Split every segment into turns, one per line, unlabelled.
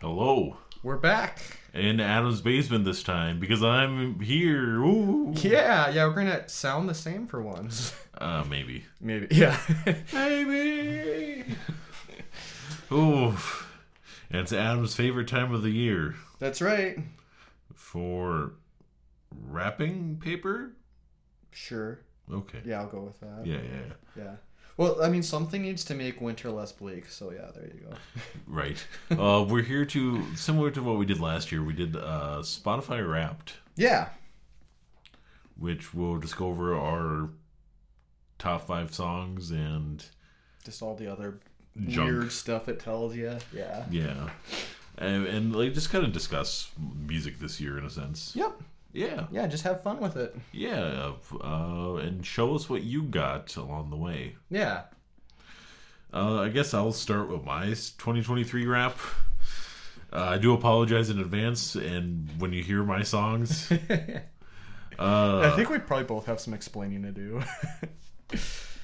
Hello.
We're back.
In Adam's basement this time because I'm here. Ooh.
Yeah, yeah, we're gonna sound the same for once.
Uh, maybe.
Maybe. Yeah.
Maybe. Ooh. And it's Adam's favorite time of the year
That's right.
for wrapping paper.
Sure.
Okay.
Yeah, I'll go with that.
Yeah, yeah.
Yeah. Well, I mean, something needs to make winter less bleak, so yeah, there you go.
Right. uh, we're here to similar to what we did last year. We did uh, Spotify Wrapped,
Yeah.
which we'll just go over our top five songs and
Just all the other
Junk.
weird stuff it tells you. Yeah.
yeah, and, and like just kind of discuss music this year in a sense.
Yep.
Yeah,
Yeah, just have fun with it.
yeah, uh, and show us what you got along the way.
Yeah.
Uh, I guess I'll start with my s- 2023 wrap. Uh, I do apologize in advance, and when you hear my songs, uh,
I think we probably both have some explaining to do.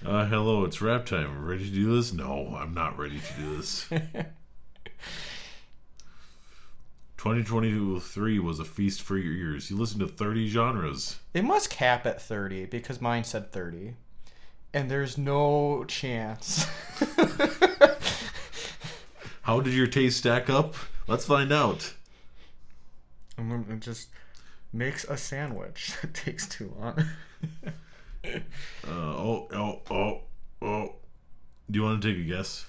Uh, hello, it's rap time. Ready to do this? No, I'm not ready to do this. 2023 was a feast for your ears. You listened to 30 genres.
it must cap at 30 because mine said 30. And there's no chance.
How did your taste stack up? Let's find out.
And then it just makes a sandwich that takes too long.
Uh, oh, oh, oh, oh. Do you want to take a guess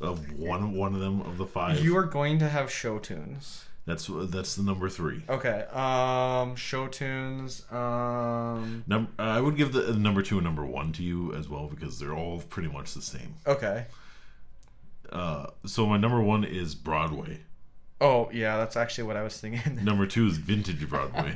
of one one of them of the five?
you are going to have show tunes.
That's that's the number three.
Okay. Um show tunes. Um
Number uh, I would give the number two and number one to you as well because they're all pretty much the same.
Okay.
Uh, so my number one is Broadway.
Oh yeah, that's actually what I was thinking.
Number two is vintage Broadway.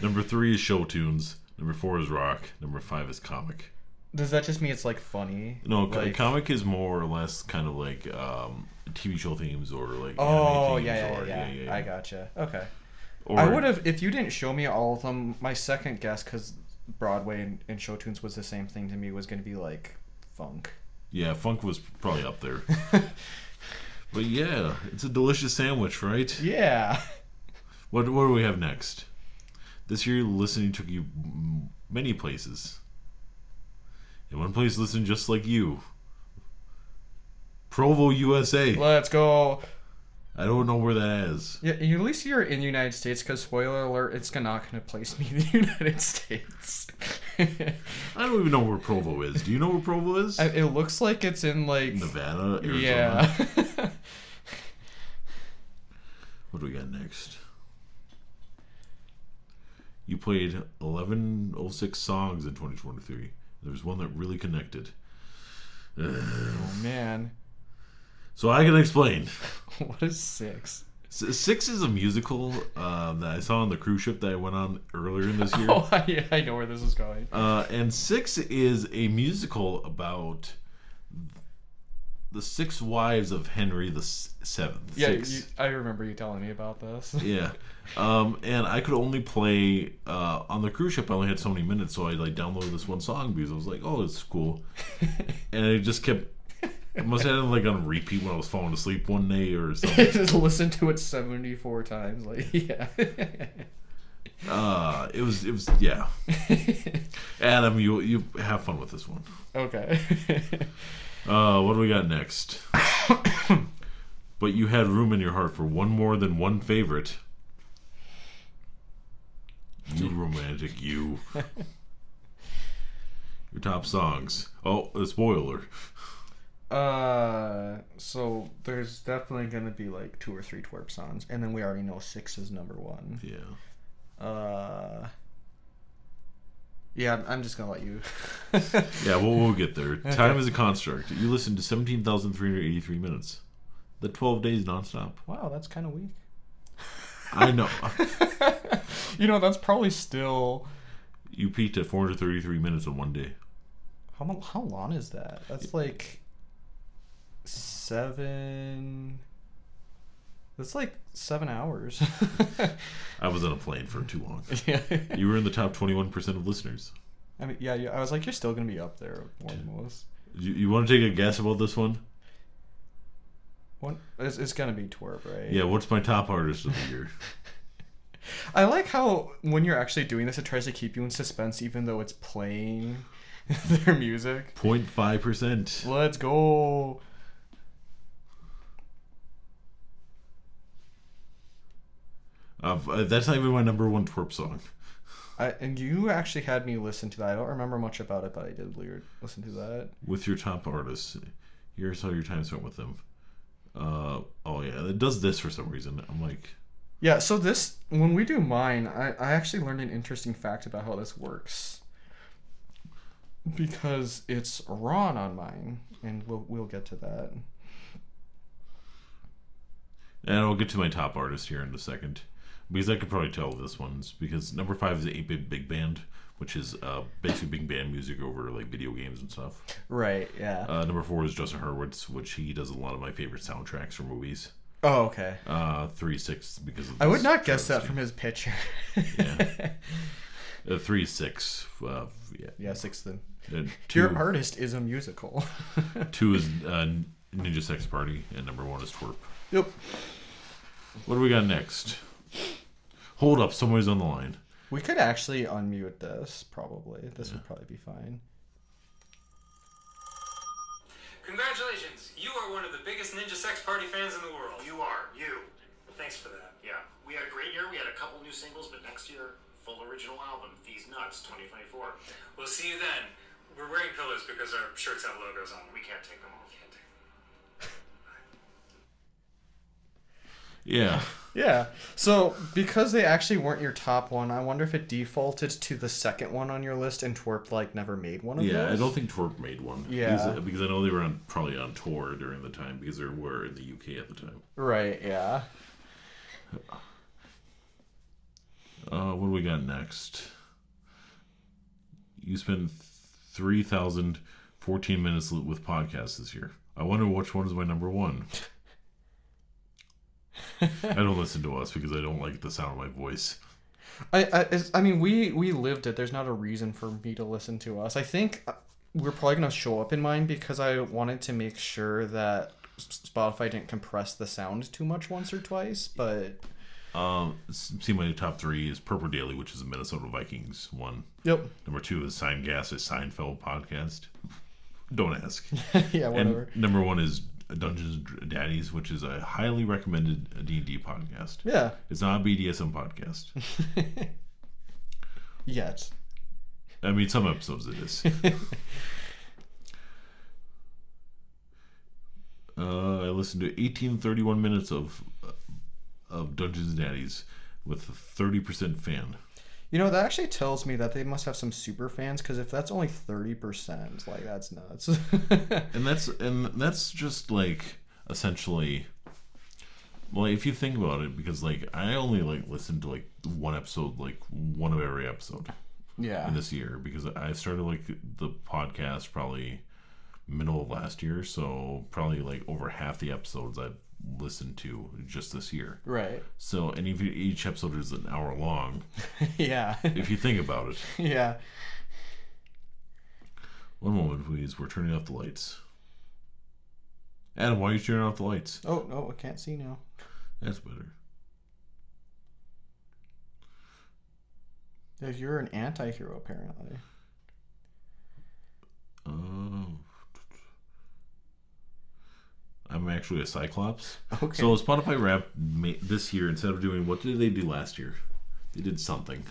Number three is show tunes. Number four is rock. Number five is comic.
Does that just mean it's like funny?
No, co-
Like-
comic is more or less kind of like um, TV show themes or like.
Oh
anime
yeah
themes
yeah,
or-
yeah, I gotcha. Okay.
Or,
I would have if you didn't show me all of them. My second guess, because Broadway and, and show tunes was the same thing to me, was gonna be like funk.
Yeah, funk was probably up there. but yeah, it's a delicious sandwich, right?
Yeah.
What What do we have next? This year, listening took you m- many places. In one place, listen just like you. Provo, USA.
Let's go.
I don't know where that is.
Yeah, and at least you're in the United States because spoiler alert, it's not going to place me in the United States.
I don't even know where Provo is. Do you know where Provo is?
I- it looks like it's in like
Nevada, Arizona.
yeah.
What do we got next? You played 1106 songs in 2023. There was one that really connected.
oh man,
So I can explain.
what is six?
S- Six is a musical uh, that I saw on the cruise ship that I went on earlier in this year.
Oh, I, I know where this is going.
Uh, and Six is a musical about the six wives of Henry the S- Seventh.
Yeah,
Six.
you, I remember you telling me about this.
yeah um and i could only play uh on the cruise ship i only had so many minutes so i like downloaded this one song because i was like oh it's cool and it just kept i must have had it like on repeat when i was falling asleep one day or something
Just listen to it seventy four times. Like yeah.
uh it was it was yeah adam you you have fun with this one
okay.
uh what do we got next but you had room in your heart for one more than one favorite you romantic you Your top songs. Oh, a spoiler.
uh, so there's definitely gonna be like two or three twerp songs, and then we already know six is number one.
Yeah.
Uh, yeah, I'm- I'm just gonna let you.
Yeah, we'll, we'll get there. Time is a construct. You listened to 17,383 minutes. The 12 days nonstop.
wow, that's kind of weak.
I know.
You know, that's probably still
you peaked at 433 minutes in one day.
how mu- how long is that? That's like seven. That's like seven hours.
I was on a plane for too long.
yeah.
You were in the top 21% of listeners.
I mean, yeah, yeah. I was like, you're still gonna be up there almost.
You, you want to take a guess about this one?
One, it's, it's gonna be twerp, right?
Yeah, what's my top artist of the year?
I like how when you're actually doing this, it tries to keep you in suspense, even though it's playing their music.
0.5%.
Let's go.
Of, uh, that's not even my number one twerp song.
I, and you actually had me listen to that. I don't remember much about it, but I did leer- listen to that.
With your top artists, here's how your time spent with them. Uh, oh, yeah, it does this for some reason. I'm like,
Yeah, so this when we do mine, I, I actually learned an interesting fact about how this works. Because it's Ron on mine, and we'll we'll get to that.
and I'll get to my top artist here in a second. Because I could probably tell this one's because number five is 8 bit big band, which is uh, basically big band music over like video games and stuff.
Right, yeah.
Uh, number four is Justin Hurwitz, which he does a lot of my favorite soundtracks for movies.
oh, okay.
Uh, three six because of
I would
this
not guess that
travesty.
from his picture.
Uh, three six. Uh, yeah.
yeah, sixth then.
Uh,
Your
two,
artist is a musical.
two is uh, Ninja Sex Party, and number one is Twerp.
yep.
What do we got next? Hold up, somebody's on the line.
We could actually unmute this, probably. This would probably be fine.
Congratulations! You are one of the biggest Ninja Sex Party fans in the world.
You are. You.
Thanks for that.
Yeah. We had a great year. We had a couple new singles, but next year, full original album, These Nuts 2024.
We'll see you then. We're wearing pillows because our shirts have logos on them.
We can't take them all.
can't take them.
Yeah.
Yeah. So because they actually weren't your top one, I wonder if it defaulted to the second one on your list and Twerp like never made one of
Yeah, I
those.
don't think Twerp made one.
Yeah.
Because, because I know they were on, probably on tour during the time because they were in the UK at the time.
Right. Yeah.
Uh, what do we got next? You spent 3,014 minutes li- with podcasts this year. I wonder which one is my number one. I don't listen to us because I don't like the sound of my voice.
I I, it's- I mean we we lived it. There's not a reason for me to listen to us. I think uh, we're probably gonna show up in mine because I wanted to make sure that S- Spotify didn't compress the sound too much once or twice, but.
Um, s- see, my top three is Purple Daily, which is a Minnesota Vikings one.
Yep.
Number two is Sign Gas, a Seinfeld podcast. Don't ask.
yeah. Whatever.
and number one is Dungeons and Daddies, which is a highly recommended D and D podcast.
yeah.
It's not a BDSM podcast.
Yet.
I mean, some episodes it is. uh, I listened to 1831 minutes of uh, of Dungeons and Daddies with a 30% fan.
You know that actually tells me that they must have some super fans because if that's only thirty percent, like that's nuts.
And that's and that's just like essentially well, if you think about it, because like I only like listened to like one episode, like one of every episode
yeah.
this year because I started like the podcast probably middle of last year, so probably like over half the episodes I've listened to just this year.
Right.
So and if you, each episode is an hour long,
yeah.
if you think about it.
yeah.
One moment, please. We're turning off the lights. Adam, why are you turning off the lights?
Oh no, I can't see now.
That's better.
Yeah, You're an anti-hero apparently.
Oh. I'm actually a Cyclops.
Oh, Okay.
So Spotify Wrapped ma- this year, instead of doing what did they do last year? They did something.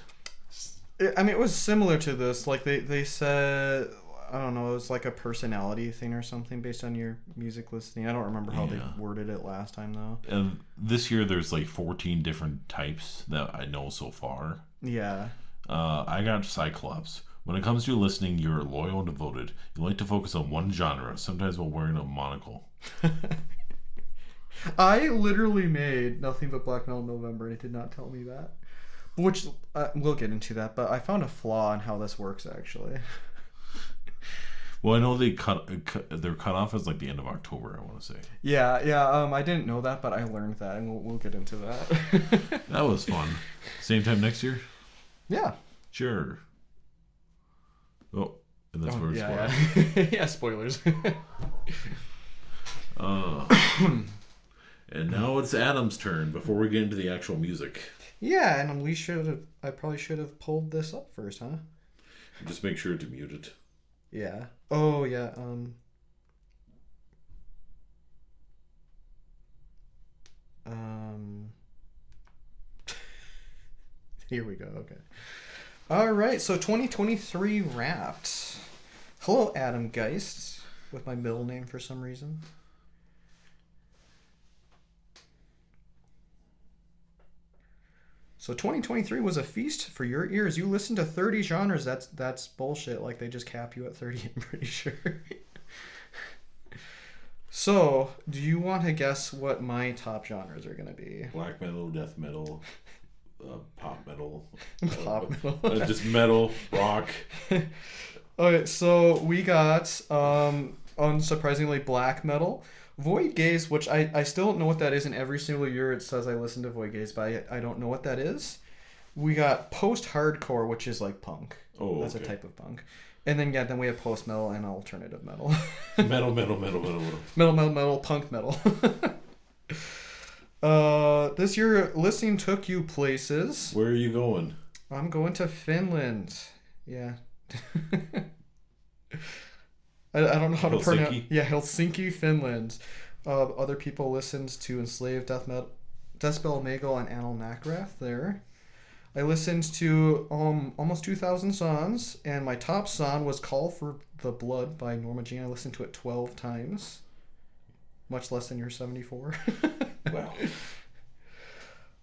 I- I mean, it was similar to this. Like they they said, I don't know, it was like a personality thing or something based on your music listening. I don't remember how
Yeah.
they worded it last time though.
And this year, there's like 14 different types that I know so far.
Yeah.
Uh, I got Cyclops. When it comes to listening, you're loyal and devoted. You like to focus on one genre, sometimes while wearing a monocle.
I literally made nothing but Black Metal November, and it did not tell me that. Which uh, we'll get into that, but I found a flaw in how this works actually.
Well, I know they cut, cut they're cut off as like the end of October. I want to say
Yeah, yeah. Um, I didn't know that, but I learned that, and we'll, we'll get into that.
that was fun. Same time next year.
yeah.
Sure. Oh, and that's where it's
yeah,
going.
yeah. yeah. Spoilers.
Uh, And now it's Adam's turn before we get into the actual music.
Yeah, and we should have. I probably should have pulled this up first, huh?
Just make sure to mute it.
Yeah. Oh yeah. Um. Um. Here we go. Okay. All right. So 2023 wrapped. Hello, Adam Geist, with my middle name for some reason. So 2023 was a feast for your ears. You listen to 30 genres. That's that's bullshit. Like they just cap you at 30. I'm pretty sure. so, do you want to guess what my top genres are gonna be?
Black metal, death metal, uh, pop metal,
Pop metal.
uh, just metal, rock.
Okay, so we got um unsurprisingly black metal. Void Gaze, which I, I still don't know what that is, and every single year it says I listen to Void Gaze, but I, I don't know what that is. We got post hardcore, which is like punk.
Oh,
That's a
okay.
type of punk. And then yeah, then we have post metal and alternative metal.
Metal, metal, metal, metal, metal.
metal, metal, metal, punk metal. uh this year listening took you places.
Where are you going?
I'm going to Finland. Yeah. I, I don't know how to pronounce.
Helsinki?
Yeah, Helsinki, Finland. Uh, other people listened to Enslaved Death Metal, Despel Magal, and Anal Nakrath there. I listened to um, almost 2,000 songs, and my top song was Call for the Blood by Norma Jean. I listened to it 12 times, much less than your 74.
Wow.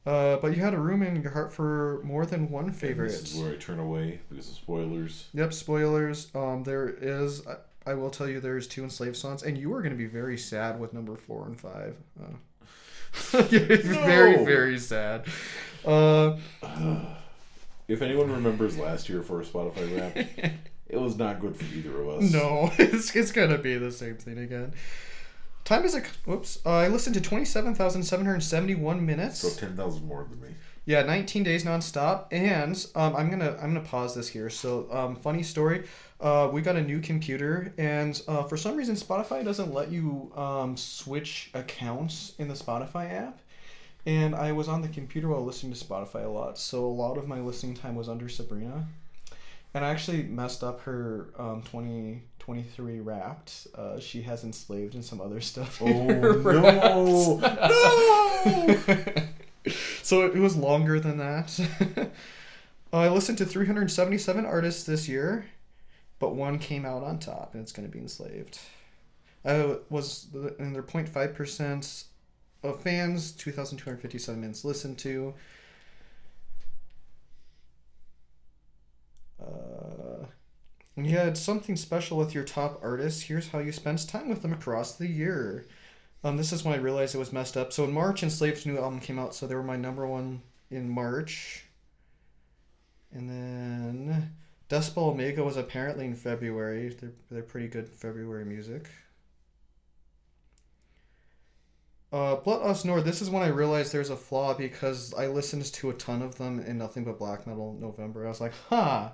uh, but you had a room in your heart for more than one favorite.
This is where I turn away because of spoilers.
Yep, spoilers. Um, there is. I, I will tell you, there's two enslaved songs, and you are going to be very sad with number four and five. Uh, Very,
No.
very sad. Uh,
If anyone remembers last year for a Spotify rap, it was not good for either of us.
no, it's it's going to be the same thing again. Time is a. Whoops. Uh, I listened to twenty seven thousand seven hundred seventy one minutes.
So 10,000 more than me.
Yeah, 19 days nonstop, and um, I'm gonna I'm gonna pause this here. So, um, funny story, uh, we got a new computer, and uh, for some reason Spotify doesn't let you um, switch accounts in the Spotify app. And I was on the computer while listening to Spotify a lot, so a lot of my listening time was under Sabrina. And I actually messed up her um, 2023 wrapped. Uh, she has enslaved and some other stuff.
Oh,
in her
no.
Wrapped so it was longer than that. I listened to 377 artists this year, but one came out on top, and it's going to be enslaved. I was in their 0.5 percent of fans, 2,257 minutes listened to. Uh, and you had something special with your top artists. Here's how you spent time with them across the year. Um, this is when I realized it was messed up. So in March, Enslaved's new album came out, so they were my number one in March. And then Dustball Omega was apparently in February. They're, they're pretty good February music. Uh, Blood Us Nord, this is when I realized there's a flaw because I listened to a ton of them in nothing but black metal in November. I was like, huh,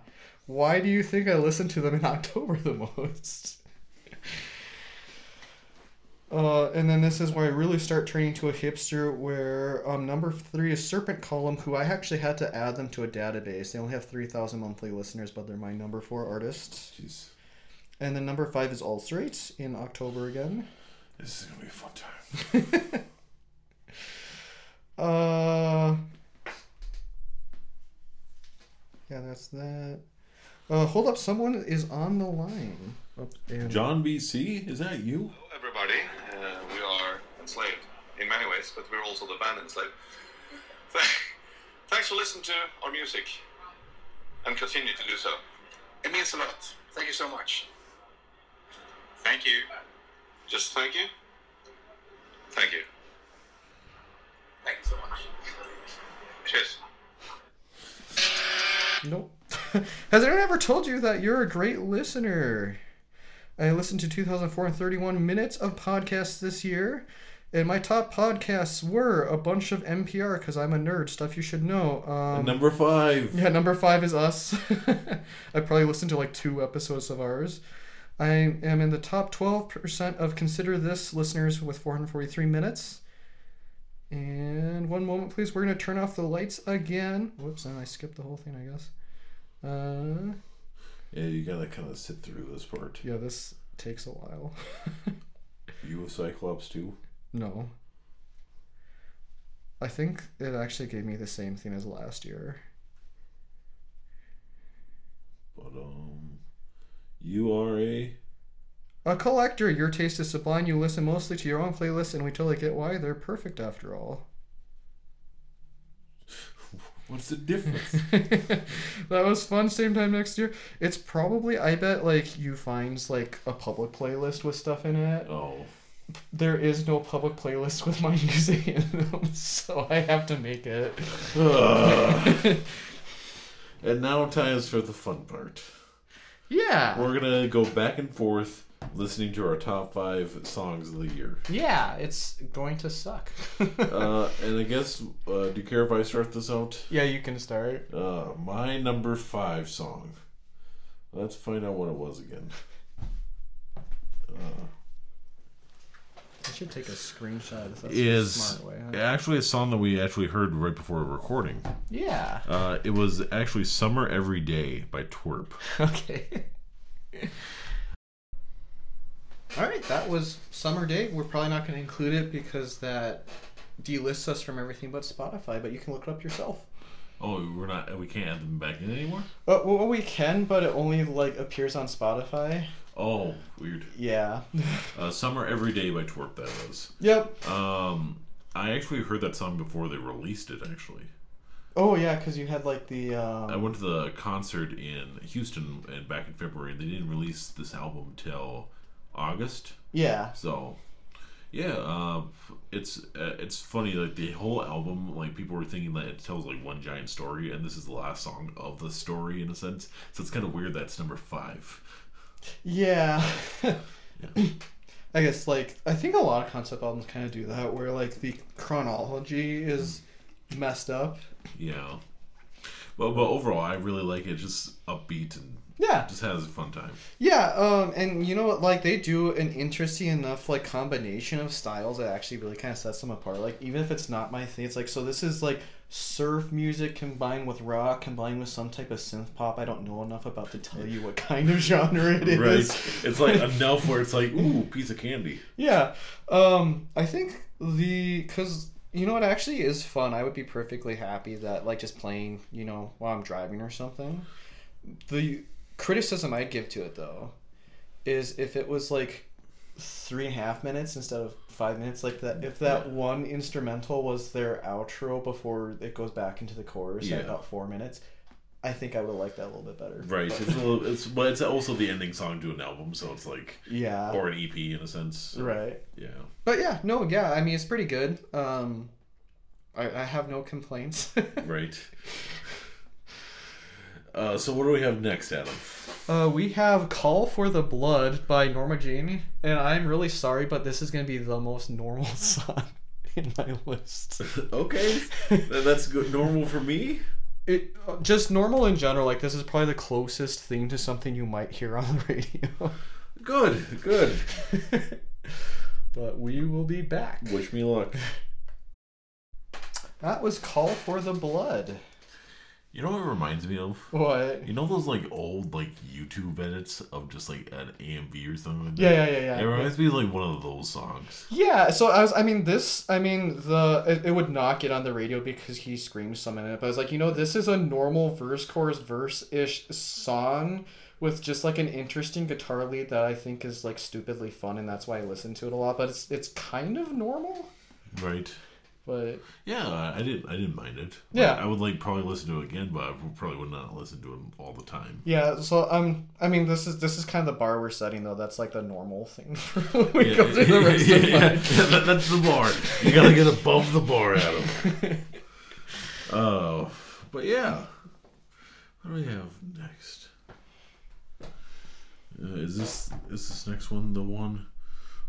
why do you think I listened to them in October the most? Uh, and then this is where I really start turning to a hipster. Where um, number three is Serpent Column, who I actually had to add them to a database. They only have three thousand monthly listeners, but they're my number four artist.
Jeez.
And then number five is Ulcerate in October again.
This is going to be a fun time.
Uh, yeah, that's that. Uh, hold up, someone is on the line. Up and-
John BC, is that you?
Hello, everybody. Uh, we are enslaved in many ways, but we're also the band enslaved. Th- Thanks for listening to our music and continue to do so.
It means a lot. Thank you so much.
Thank you. Just thank you. Thank you.
Thank you so much.
Cheers.
Nope. Has anyone ever told you that you're a great listener? I listened to 2,431 minutes of podcasts this year, and my top podcasts were a bunch of NPR because I'm a nerd. Stuff you should know. Um,
Number five.
yeah, number five is us. I probably listened to like two episodes of ours. I am in the top 12% of Consider This listeners with 443 minutes. And one moment, please. We're gonna turn off the lights again. Whoops, and I skipped the whole thing, I guess. Uh,
Yeah, you gotta kind of sit through this part.
yeah, this takes a while.
You a Cyclops too?
no. I think it actually gave me the same thing as last year.
But um, you are a.
A collector, your taste is sublime. You listen mostly to your own playlists, and we totally get why they're perfect after all.
What's the difference?
that was fun. Same time next year. It's probably I bet like you finds like a public playlist with stuff in it.
oh,
There is no public playlist with my music in them, so I have to make it.
Ugh. and now time is for the fun part.
Yeah,
We're gonna go back and forth listening to our top five songs of the year.
yeah, it's going to suck.
Uh, and I guess, uh, do you care if I start this out?
yeah, you can start.
Uh, my number five song. Let's find out what it was again.
I should take a screenshot. If that's
Is
a smart way. huh?
actually a song that we actually heard right before recording.
Yeah.
Uh, it was actually "Summer Every Day" by Twerp.
Okay. All right, that was Summer Day. We're probably not going to include it because that delists us from everything but Spotify, but you can look it up yourself.
Oh, we're not. We can't add them back in anymore.
Uh, well, we can, but it only like appears on Spotify.
Oh, weird.
Yeah.
Uh, "Summer Every Day" by Twerp. That was.
yep.
Um, I actually heard that song before they released it. Actually,
Oh yeah, because you had like the
I
um,
went to the concert in Houston and back in February. and They didn't release this album till August.
yeah.
So, yeah, uh, it's uh, it's funny. Like the whole album, like people were thinking that it tells like one giant story, and this is the last song of the story in a sense. So it's kind of weird that's number five.
Yeah. I guess like I think a lot of concept albums kind of do that, where like the chronology is messed up.
Yeah, but but overall, I really like it. It's just upbeat and
Yeah.
just has a fun time.
Yeah, um, and you know what? Like they do an interesting enough like combination of styles that actually really kind of sets them apart. Like even if it's not my thing, it's like so this is like surf music combined with rock combined with some type of synth pop. I don't know enough about to tell you what kind of genre it is.
It's like enough where it's like ooh piece of candy.
Yeah, um, I think the because you know what actually is fun. I would be perfectly happy that like just playing you know while I'm driving or something. The criticism I'd give to it though is if it was like three and a half minutes instead of five minutes, like that. If that one instrumental was their outro before it goes back into the chorus
Yeah.
at about four minutes, I think I would like that a little bit better.
Right. It's a little, it's but it's also the ending song to an album, so it's like
Yeah.
or an EP in a sense.
right.
Yeah.
But yeah, no, yeah, I mean it's pretty good. Um I, I have no complaints.
Right. Uh, so what do we have next, Adam?
uh, we have Call for the Blood by Norma Jean, and I'm really sorry, but this is gonna be the most normal song in my list.
okay, that's good. normal for me.
It uh, just normal in general, like this is probably the closest thing to something you might hear on the radio.
Good, good.
but we will be back.
Wish me luck.
That was Call for the Blood.
You know what it reminds me of?
What?
You know those like old like YouTube edits of just like an AMV or something like that.
Yeah, yeah, yeah, yeah.
It reminds me of like one of those songs.
Yeah, so I was. I mean, this. I mean, the it, it would not get on the radio because he screams some in it. But I was like, you know, this is a normal verse, chorus, verse ish song with just like an interesting guitar lead that I think is like stupidly fun, and that's why I listen to it a lot. But it's it's kind of normal.
Right.
But
Yeah, I I didn't. I didn't mind it.
Yeah.
I would like probably listen to it again, but I would- probably would not listen to it all the time.
yeah, so um, I mean, this is this is kind of the bar we're setting though. That's like the normal thing. when we go through the rest of
Yeah,
mine.
that- that's the bar. You gotta get above the bar, Adam. Oh, but yeah. What do we have next? Uh, is this is this next one the one?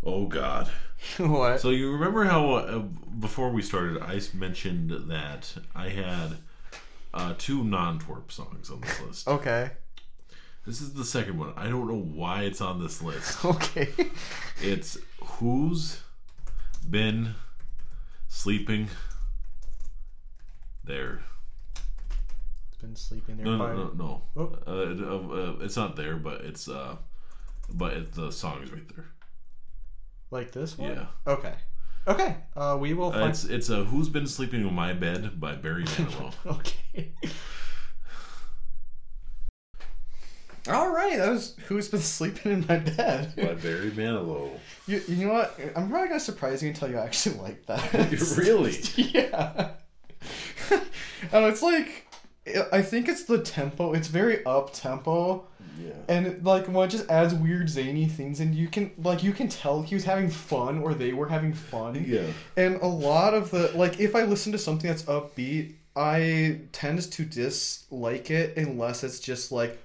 Oh God!
What?
So you remember how uh, before we started, I s- mentioned that I had uh, two non-twerp songs on this list.
okay.
This is the second one. I don't know why it's on this list.
Okay.
It's who's been sleeping. There.
It's been sleeping there.
No,
by-
no, no, no.
Oh.
Uh, it- uh, uh, it's not there, but it's uh, but it, the song is right there.
Like this one?
Yeah.
Okay. Okay. Uh, we will
Uh,
find.
it's it's a "Who's Been Sleeping in My Bed" by Barry Manilow.
okay. All right. That was who's been sleeping in my bed.
Barry Manilow.
you, you know what? I'm probably gonna surprise you until you actually like that.
really?
yeah. and it's like, I think it's the tempo. It's very up tempo.
Yeah.
and it, like well, it just adds weird zany things and you can like you can tell he was having fun or they were having fun
Yeah.
and a lot of the like if i listen to something that's upbeat i tend to dislike it unless it's just like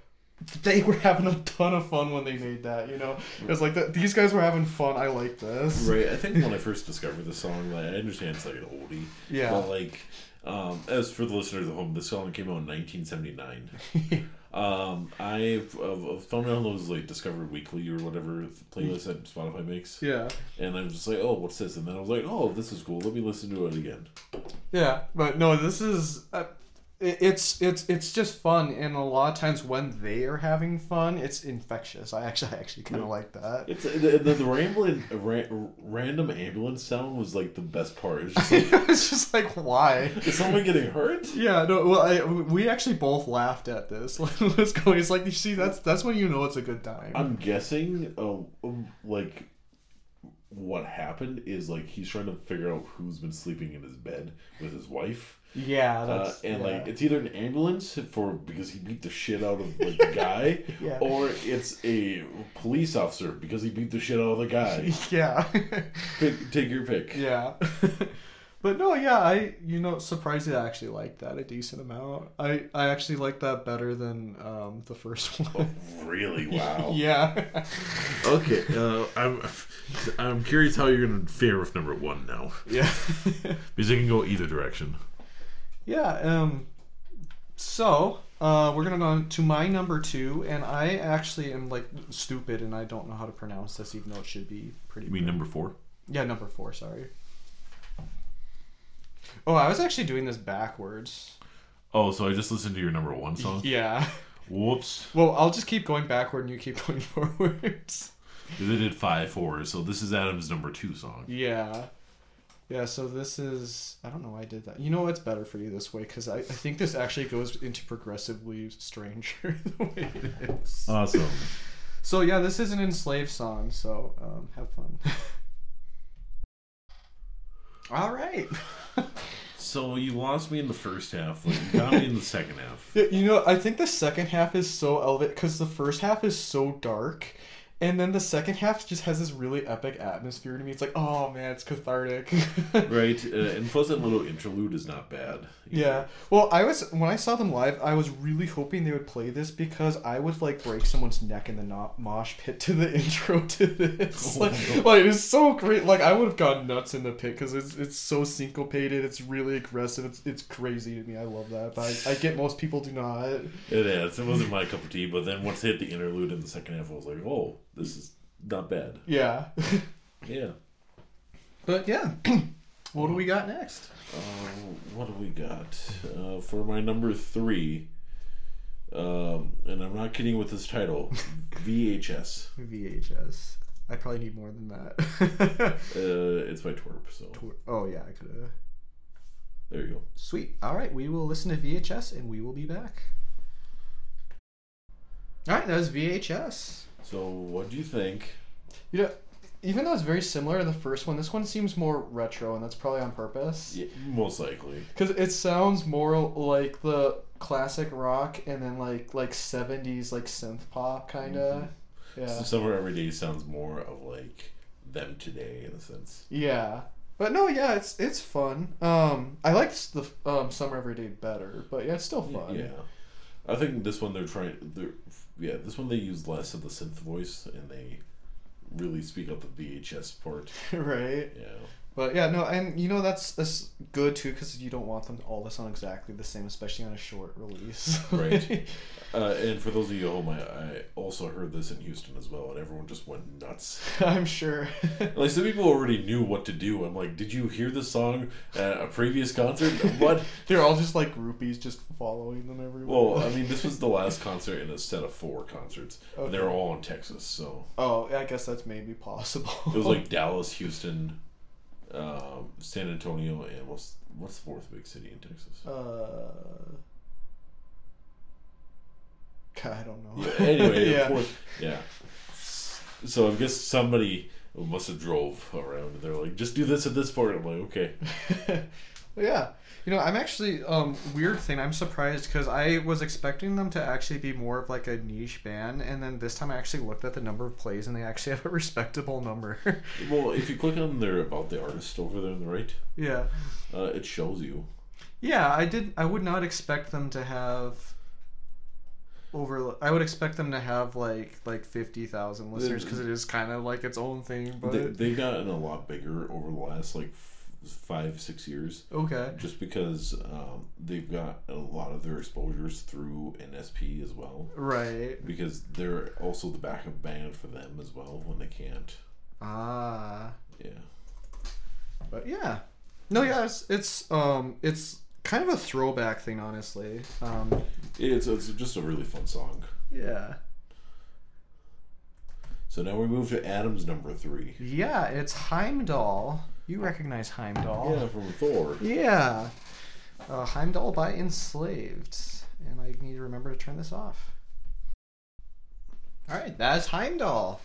they were having a ton of fun when they made that you know it's like that these guys were having fun i like this
Right. I think when I first discovered the song, like I understand it's like an oldie.
Yeah.
But like, um, as for the listeners at home, this song came out in 1979. um, I uh, found out those like Discovered Weekly or whatever playlist that Spotify makes,
yeah
and I was just like, oh, what's this? And then I was like, oh, this is cool. Let me listen to it again.
Yeah, but no, this is uh, it- it's it's it's just fun, and a lot of times when they are having fun, it's infectious. I actually I actually kind of like that.
It's uh, the the, the rambling, ra- random ambulance sound was like the best part. It's just like,
it's just like why.
is someone getting hurt?
Yeah, no. Well, I, we actually both laughed at this. Let's go. It's like you see, that's that's when you know it's a good time.
I'm guessing, um, um, like, what happened is like he's trying to figure out who's been sleeping in his bed with his wife,
yeah,
uh,
that's
and
yeah.
like it's either an ambulance for because he beat the shit out of like, the guy,
Yeah.
or it's a police officer because he beat the shit out of the guy.
yeah,
Pick, take your pick.
yeah. But no, yeah, I you know surprised I actually liked that a decent amount. I I actually liked that better than um the first one.
Really?
Oh.
Wow.
yeah.
Okay. Uh, I'm I'm curious how you're gonna fare with number one now
Yeah.
because it can go either direction.
yeah. Um. So uh, we're gonna go on to my number two, and I actually am like stupid, and I don't know how to pronounce this, even though it should be pretty.
You mean number four?
Yeah, number four. Sorry. Oh, I was actually doing this backwards.
Oh, so I just listened to your number one song.
Yeah.
Whoops.
Well, I'll just keep going backward, and you keep going forwards.
They did five fours, so this is Adam's number two song.
Yeah. Yeah, so this is. I don't know why I did that. You know what's better for you this way? Because I, I think this actually goes into progressively stranger the way it is.
Awesome.
so, yeah, this is an enslaved song, so um, have fun. All right.
so you lost me in the first half, like you got me in the second half.
Yeah, you know, I think the second half is so elevated because the first half is so dark, and then the second half just has this really epic atmosphere to me. It's like, oh man, it's cathartic.
Right, uh, and plus that little interlude is not bad.
Yeah. Well, I was when I saw them live, I was really hoping they would play this because I would like break someone's neck in the no- mosh pit to the intro to this.
Oh my
like,
God.
like, it's so great. Like I would have gone nuts in the pit because it's it's so syncopated. It's really aggressive. It's it's crazy to me. I love that. But I, I get most people do not.
It is. It wasn't my cup of tea, but then once they hit the interlude in the second half, I was like, oh, this is not bad.
Yeah.
Yeah.
but yeah. what do we got next?
Uh, What do we got? Uh, for my number three, um, and I'm not kidding with this title, VHS.
VHS. I probably need more than that.
Uh, it's by Twerp, so
oh yeah, I could have.
there you go.
Sweet. All right, we will listen to VHS and we will be back. All right, that was VHS.
So, what do you think?
You know, even though it's very similar to the first one, this one seems more retro, and that's probably on purpose.
Yeah, most likely.
Because it sounds more like the classic rock and then like like 70s like synth pop kind of. Yeah.
So Summer Every Day sounds more of like them today in a sense.
Yeah. But no, yeah, it's it's fun. Um, I like s- the um, summer every day better, but yeah, it's still fun.
Yeah. I think this one they're trying they're yeah, this one they use less of the synth voice and they really speak up the VHS part.
right.
Yeah.
But yeah, no, and you know that's a s- good too because you don't want them all to sound exactly the same, especially on a short release.
Right. Uh, and for those of you at home, I, I also heard this in Houston as well, and everyone just went nuts.
I'm sure.
Like some people already knew what to do. I'm like, did you hear this song at a previous concert? What?
They're all just like groupies, just following them everywhere.
Well, I mean, this was the last concert in a set of four concerts. and They're all in Texas, so
oh, I guess that's maybe possible.
it was like Dallas, Houston, um, San Antonio, and what's what's the fourth big city in Texas?
Uh, God, I don't know.
anyway, yeah.
yeah.
Fourth, yeah. So I guess somebody must have drove around, and they're like, just do this at this part. I'm like, okay.
yeah. You know, I'm actually um weird thing. I'm surprised because I was expecting them to actually be more of like a niche band, and then this time I actually looked at the number of plays, and they actually have a respectable number.
Well, if you click on their about the artist over there on the right,
yeah,
uh, it shows you.
yeah. I did. I would not expect them to have over. I would expect them to have like like fifty thousand listeners because it is kind of like its own thing. But
They, they've gotten a lot bigger over the last like f- five, six years.
okay,
Just because um, they've got a lot of their exposures through NSP as well,
right.
because they're also the backup band for them as well when they can't.
Ah.
Yeah,
But yeah, no, yeah, it's it's um it's kind of a throwback thing, honestly. Um,
it's it's just a really fun song.
yeah,
So now we move to Adam's number three.
yeah, it's Heimdall. You recognize Heimdall?
Yeah, from Thor.
Yeah. Uh, Heimdall by Enslaved, and I need to remember to turn this off. All right, that's Heimdall.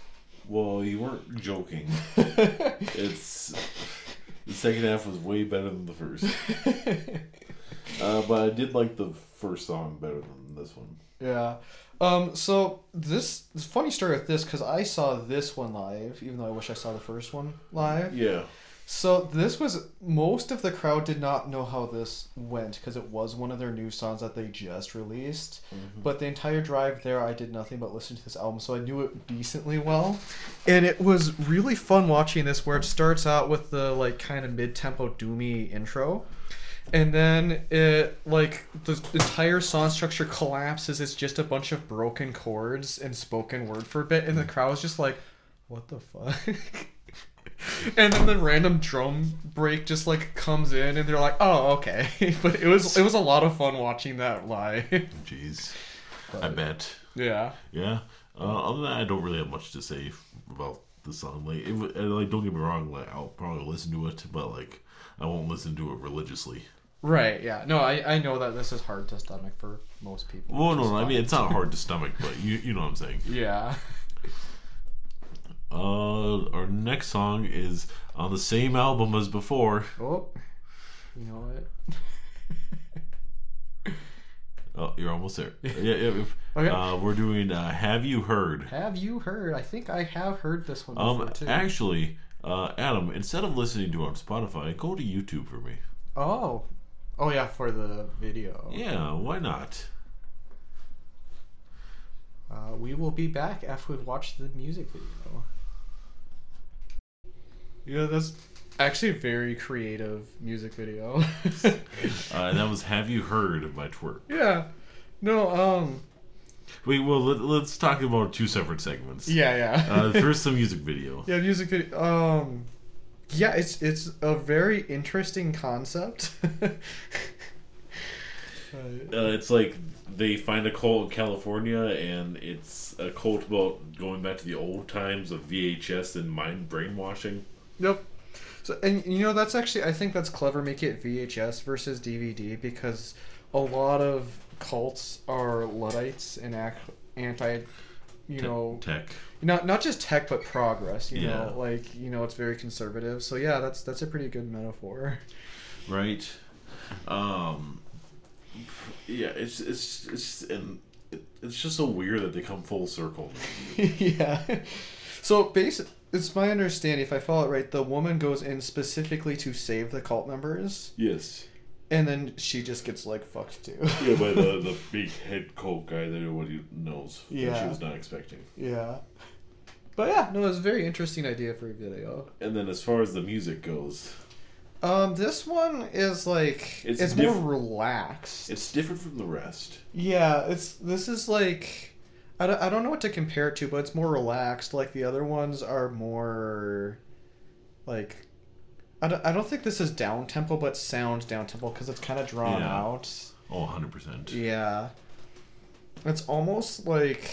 Well, you weren't joking. It's the second half was way better than the first. Uh, but I did like the first song better than this one.
Yeah. Um, so this, this funny story with this because I saw this one live, even though I wish I saw the first one live.
Yeah.
So this was most of the crowd did not know how this went because it was one of their new songs that they just released. But the entire drive there, I did nothing but listen to this album, so I knew it decently well. And it was really fun watching this, where it starts out with the like kind of mid-tempo doomy intro, and then it like the entire song structure collapses. It's just a bunch of broken chords and spoken word for a bit, and the crowd was just like, "What the fuck." and then the random drum break just like comes in and they're like oh okay but it was it was a lot of fun watching that live
Jeez. I bet.
yeah
Yeah. Uh, other than that, I don't really have much to say about the song. Like, it, wa- and, like, don't get me wrong. Like, I'll probably listen to it, but like, I won't listen to it religiously.
right yeah no i i know that this is hard to stomach for most people
Well, no, no. I mean, it's not hard to stomach, but you, you know what I'm saying.
yeah
Uh, our next song is on the same album as before.
oh you know what
Oh, you're almost there. Yeah, yeah. if-
Okay.
Uh, we're doing uh, "Have You Heard."
have you heard i think i have heard this one before
Um,
too
actually, uh, Adam, instead of listening to it on Spotify, go to YouTube for me.
oh oh yeah for the video
Yeah, why not?
uh, we will be back after we've watched the music video yeah that's actually a very creative music video
Uh, and that was "Have You Heard" by Twerk.
Yeah. No, um
Wait, well, let, let's talk about two separate segments.
yeah, yeah.
Uh, first, the music video.
yeah, music video um yeah, it's it's a very interesting concept. Uh,
Uh, it's like they find a cult in California, and it's a cult about going back to the old times of VHS and mind brainwashing.
Yep. So and you know that's actually I think that's clever. Make it VHS versus DVD because a lot of cults are luddites and ac anti, you know,
Tech.
not not just tech but progress. You
Yeah.
know, like you know it's very conservative. So yeah, that's that's a pretty good metaphor.
right? Um, yeah, it's it's it's and it, it's just so weird that they come full circle.
yeah. So basic. It's my understanding, if I follow it right, the woman goes in specifically to save the cult members,
Yes,
and then she just gets like fucked too.
yeah, by the the big head cult guy that nobody knows. that she
Yeah.
was not expecting.
yeah. But yeah, no, it's a very interesting idea for a video.
And then as far as the music goes,
Um, this one is like
It's
it's,
diff-
more relaxed.
It's different from the rest.
yeah, it's this is like I don't, I don't know what to compare it to, but it's more relaxed. Like the other ones are more like I don't, I don't think this is down tempo, but sounds down tempo because it's kind of drawn
Yeah.
out.
Oh, 100%.
Yeah. It's almost like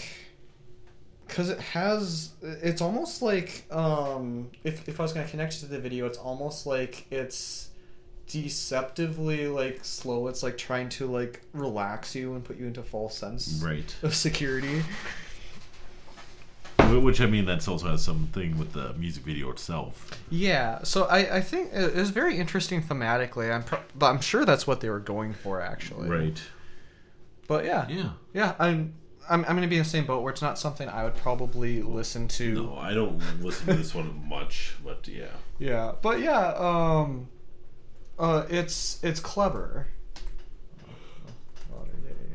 cuz it has it's almost like um if if I was going to connect it to the video, it's almost like it's deceptively like slow. It's like trying to like relax you and put you into false sense
Right.
of security.
Wh- Which, I mean, that's also has something with the music video itself.
Yeah. So I I think it was very interesting thematically. I'm pro- but I'm sure that's what they were going for actually.
Right.
But yeah.
Yeah.
Yeah, I'm I'm, I'm gonna be in the same boat where it's not something I would probably listen to.
No, I don't listen to this one much, but yeah.
Yeah, but yeah, um, uh, it's it's clever. Modern day.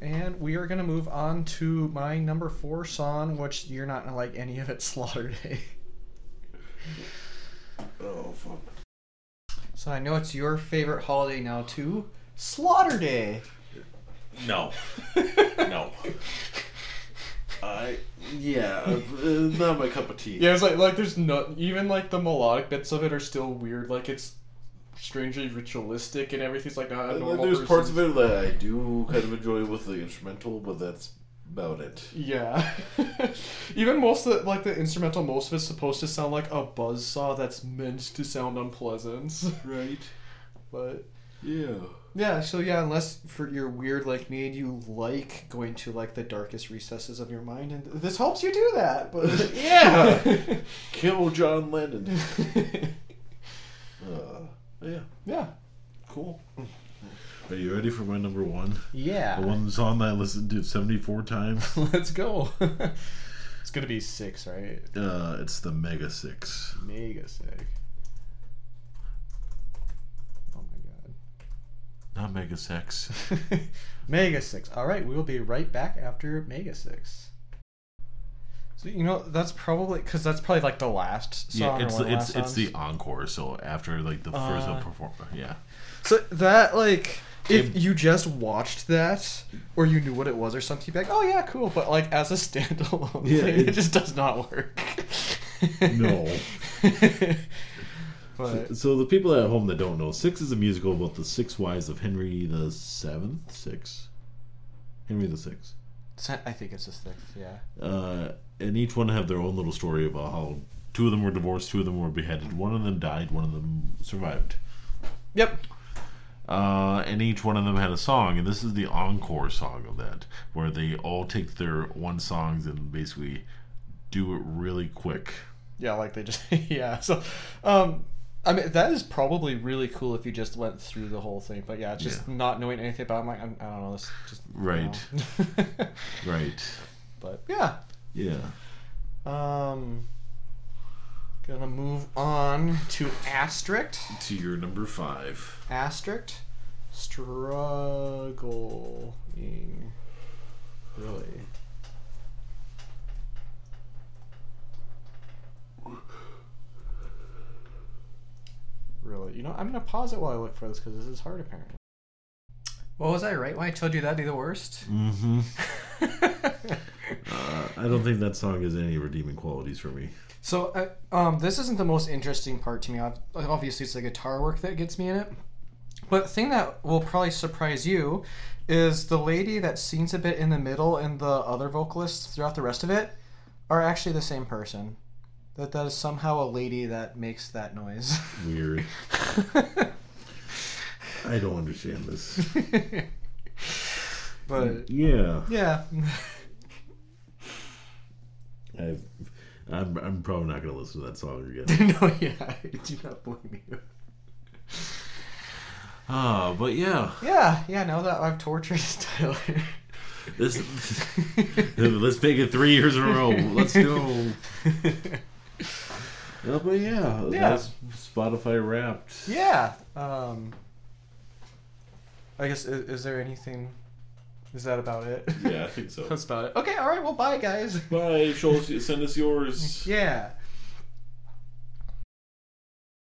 And we are gonna move on to my number four song, which you're not gonna like any of it, Slaughter Day.
Oh, fuck.
So I know it's your favorite holiday now too, Slaughter Day.
No. no. I, yeah, uh, not my cup of tea.
Yeah, it's like like there's no even like the melodic bits of it are still weird. Like it's strangely ritualistic and everything's like not a
And
normal.
there's parts
person's-
of it that I do kind of enjoy with the instrumental, but that's about it.
Yeah. Even most of the, like the instrumental, most of it's supposed to sound like a buzz saw that's meant to sound unpleasant.
Right?
But
Yeah.
yeah, so yeah, unless for you're weird like me and you like going to like the darkest recesses of your mind, and this helps you do that. But yeah.
Kill John Lennon. Uh, yeah,
yeah.
cool. Are you ready for my number one? The
Yeah.
one song that I listened to 74 times?
Let's go. it's gonna be six, right?
Uh, it's the Mega Six.
Mega sick. Oh my god.
Not Mega Sex.
Mega 6. All right, we'll be right back after Mega 6. So, you know, that's probably cuz that's probably like the last
Yeah,
song or
it's
one of
the,
the
it's
last
it's the
songs.
encore. So after like the first
Uh,
perform, yeah,
So that like if
It-
you just watched that or you knew what it was or something you'd be like, "Oh yeah, cool." But like as a standalone
Yeah,
thing, it,
it-
just does not work.
No.
but
So the people at home that don't know, Six is a musical about the six wives of Henry the Seventh. Six, Henry the Sixth,
I think it's the sixth, yeah.
uh, and each one have their own little story about how two of them were divorced, two of them were beheaded, one of them died, one of them survived,
Yep.
uh, and each one of them had a song, and this is the encore song of that, where they all take their one songs and basically do it really quick.
Yeah, like they just yeah. So, um, I mean that is probably really cool if you just went through the whole thing. But yeah, just not knowing anything about. It, I'm like I'm, I don't know this. Just
Right,
no.
right,
but yeah,
yeah.
um, gonna move on to asterisk
To your number five.
asterisk struggling really. Really, you know, I'm gonna pause it while I look for this because this is hard apparently. What was I right when I told you that'd be the worst?
Mm-hmm. Uh, I don't think that song has any redeeming qualities for me.
so, uh, um, this isn't the most interesting part to me. Ob- Obviously, it's the guitar work that gets me in it. But the thing that will probably surprise you is the lady that sings a bit in the middle and the other vocalists throughout the rest of it are actually the same person. That that is somehow a lady that makes that noise.
Weird. I don't understand this.
but
Yeah,
yeah,
I've, I'm I'm probably not gonna listen to that song again.
no, yeah, I do not blame you.
Ah, but yeah,
Yeah, yeah. Now that I've tortured Tyler.
this let's make it three years in a row. Let's go. Uh, but yeah, that's Spotify Wrapped.
Yeah. Um, I guess is, is there anything? Is that about it?
Yeah, I think so.
That's about it. Okay. All right. Well, bye, guys.
Bye. Show us, send us yours.
Yeah.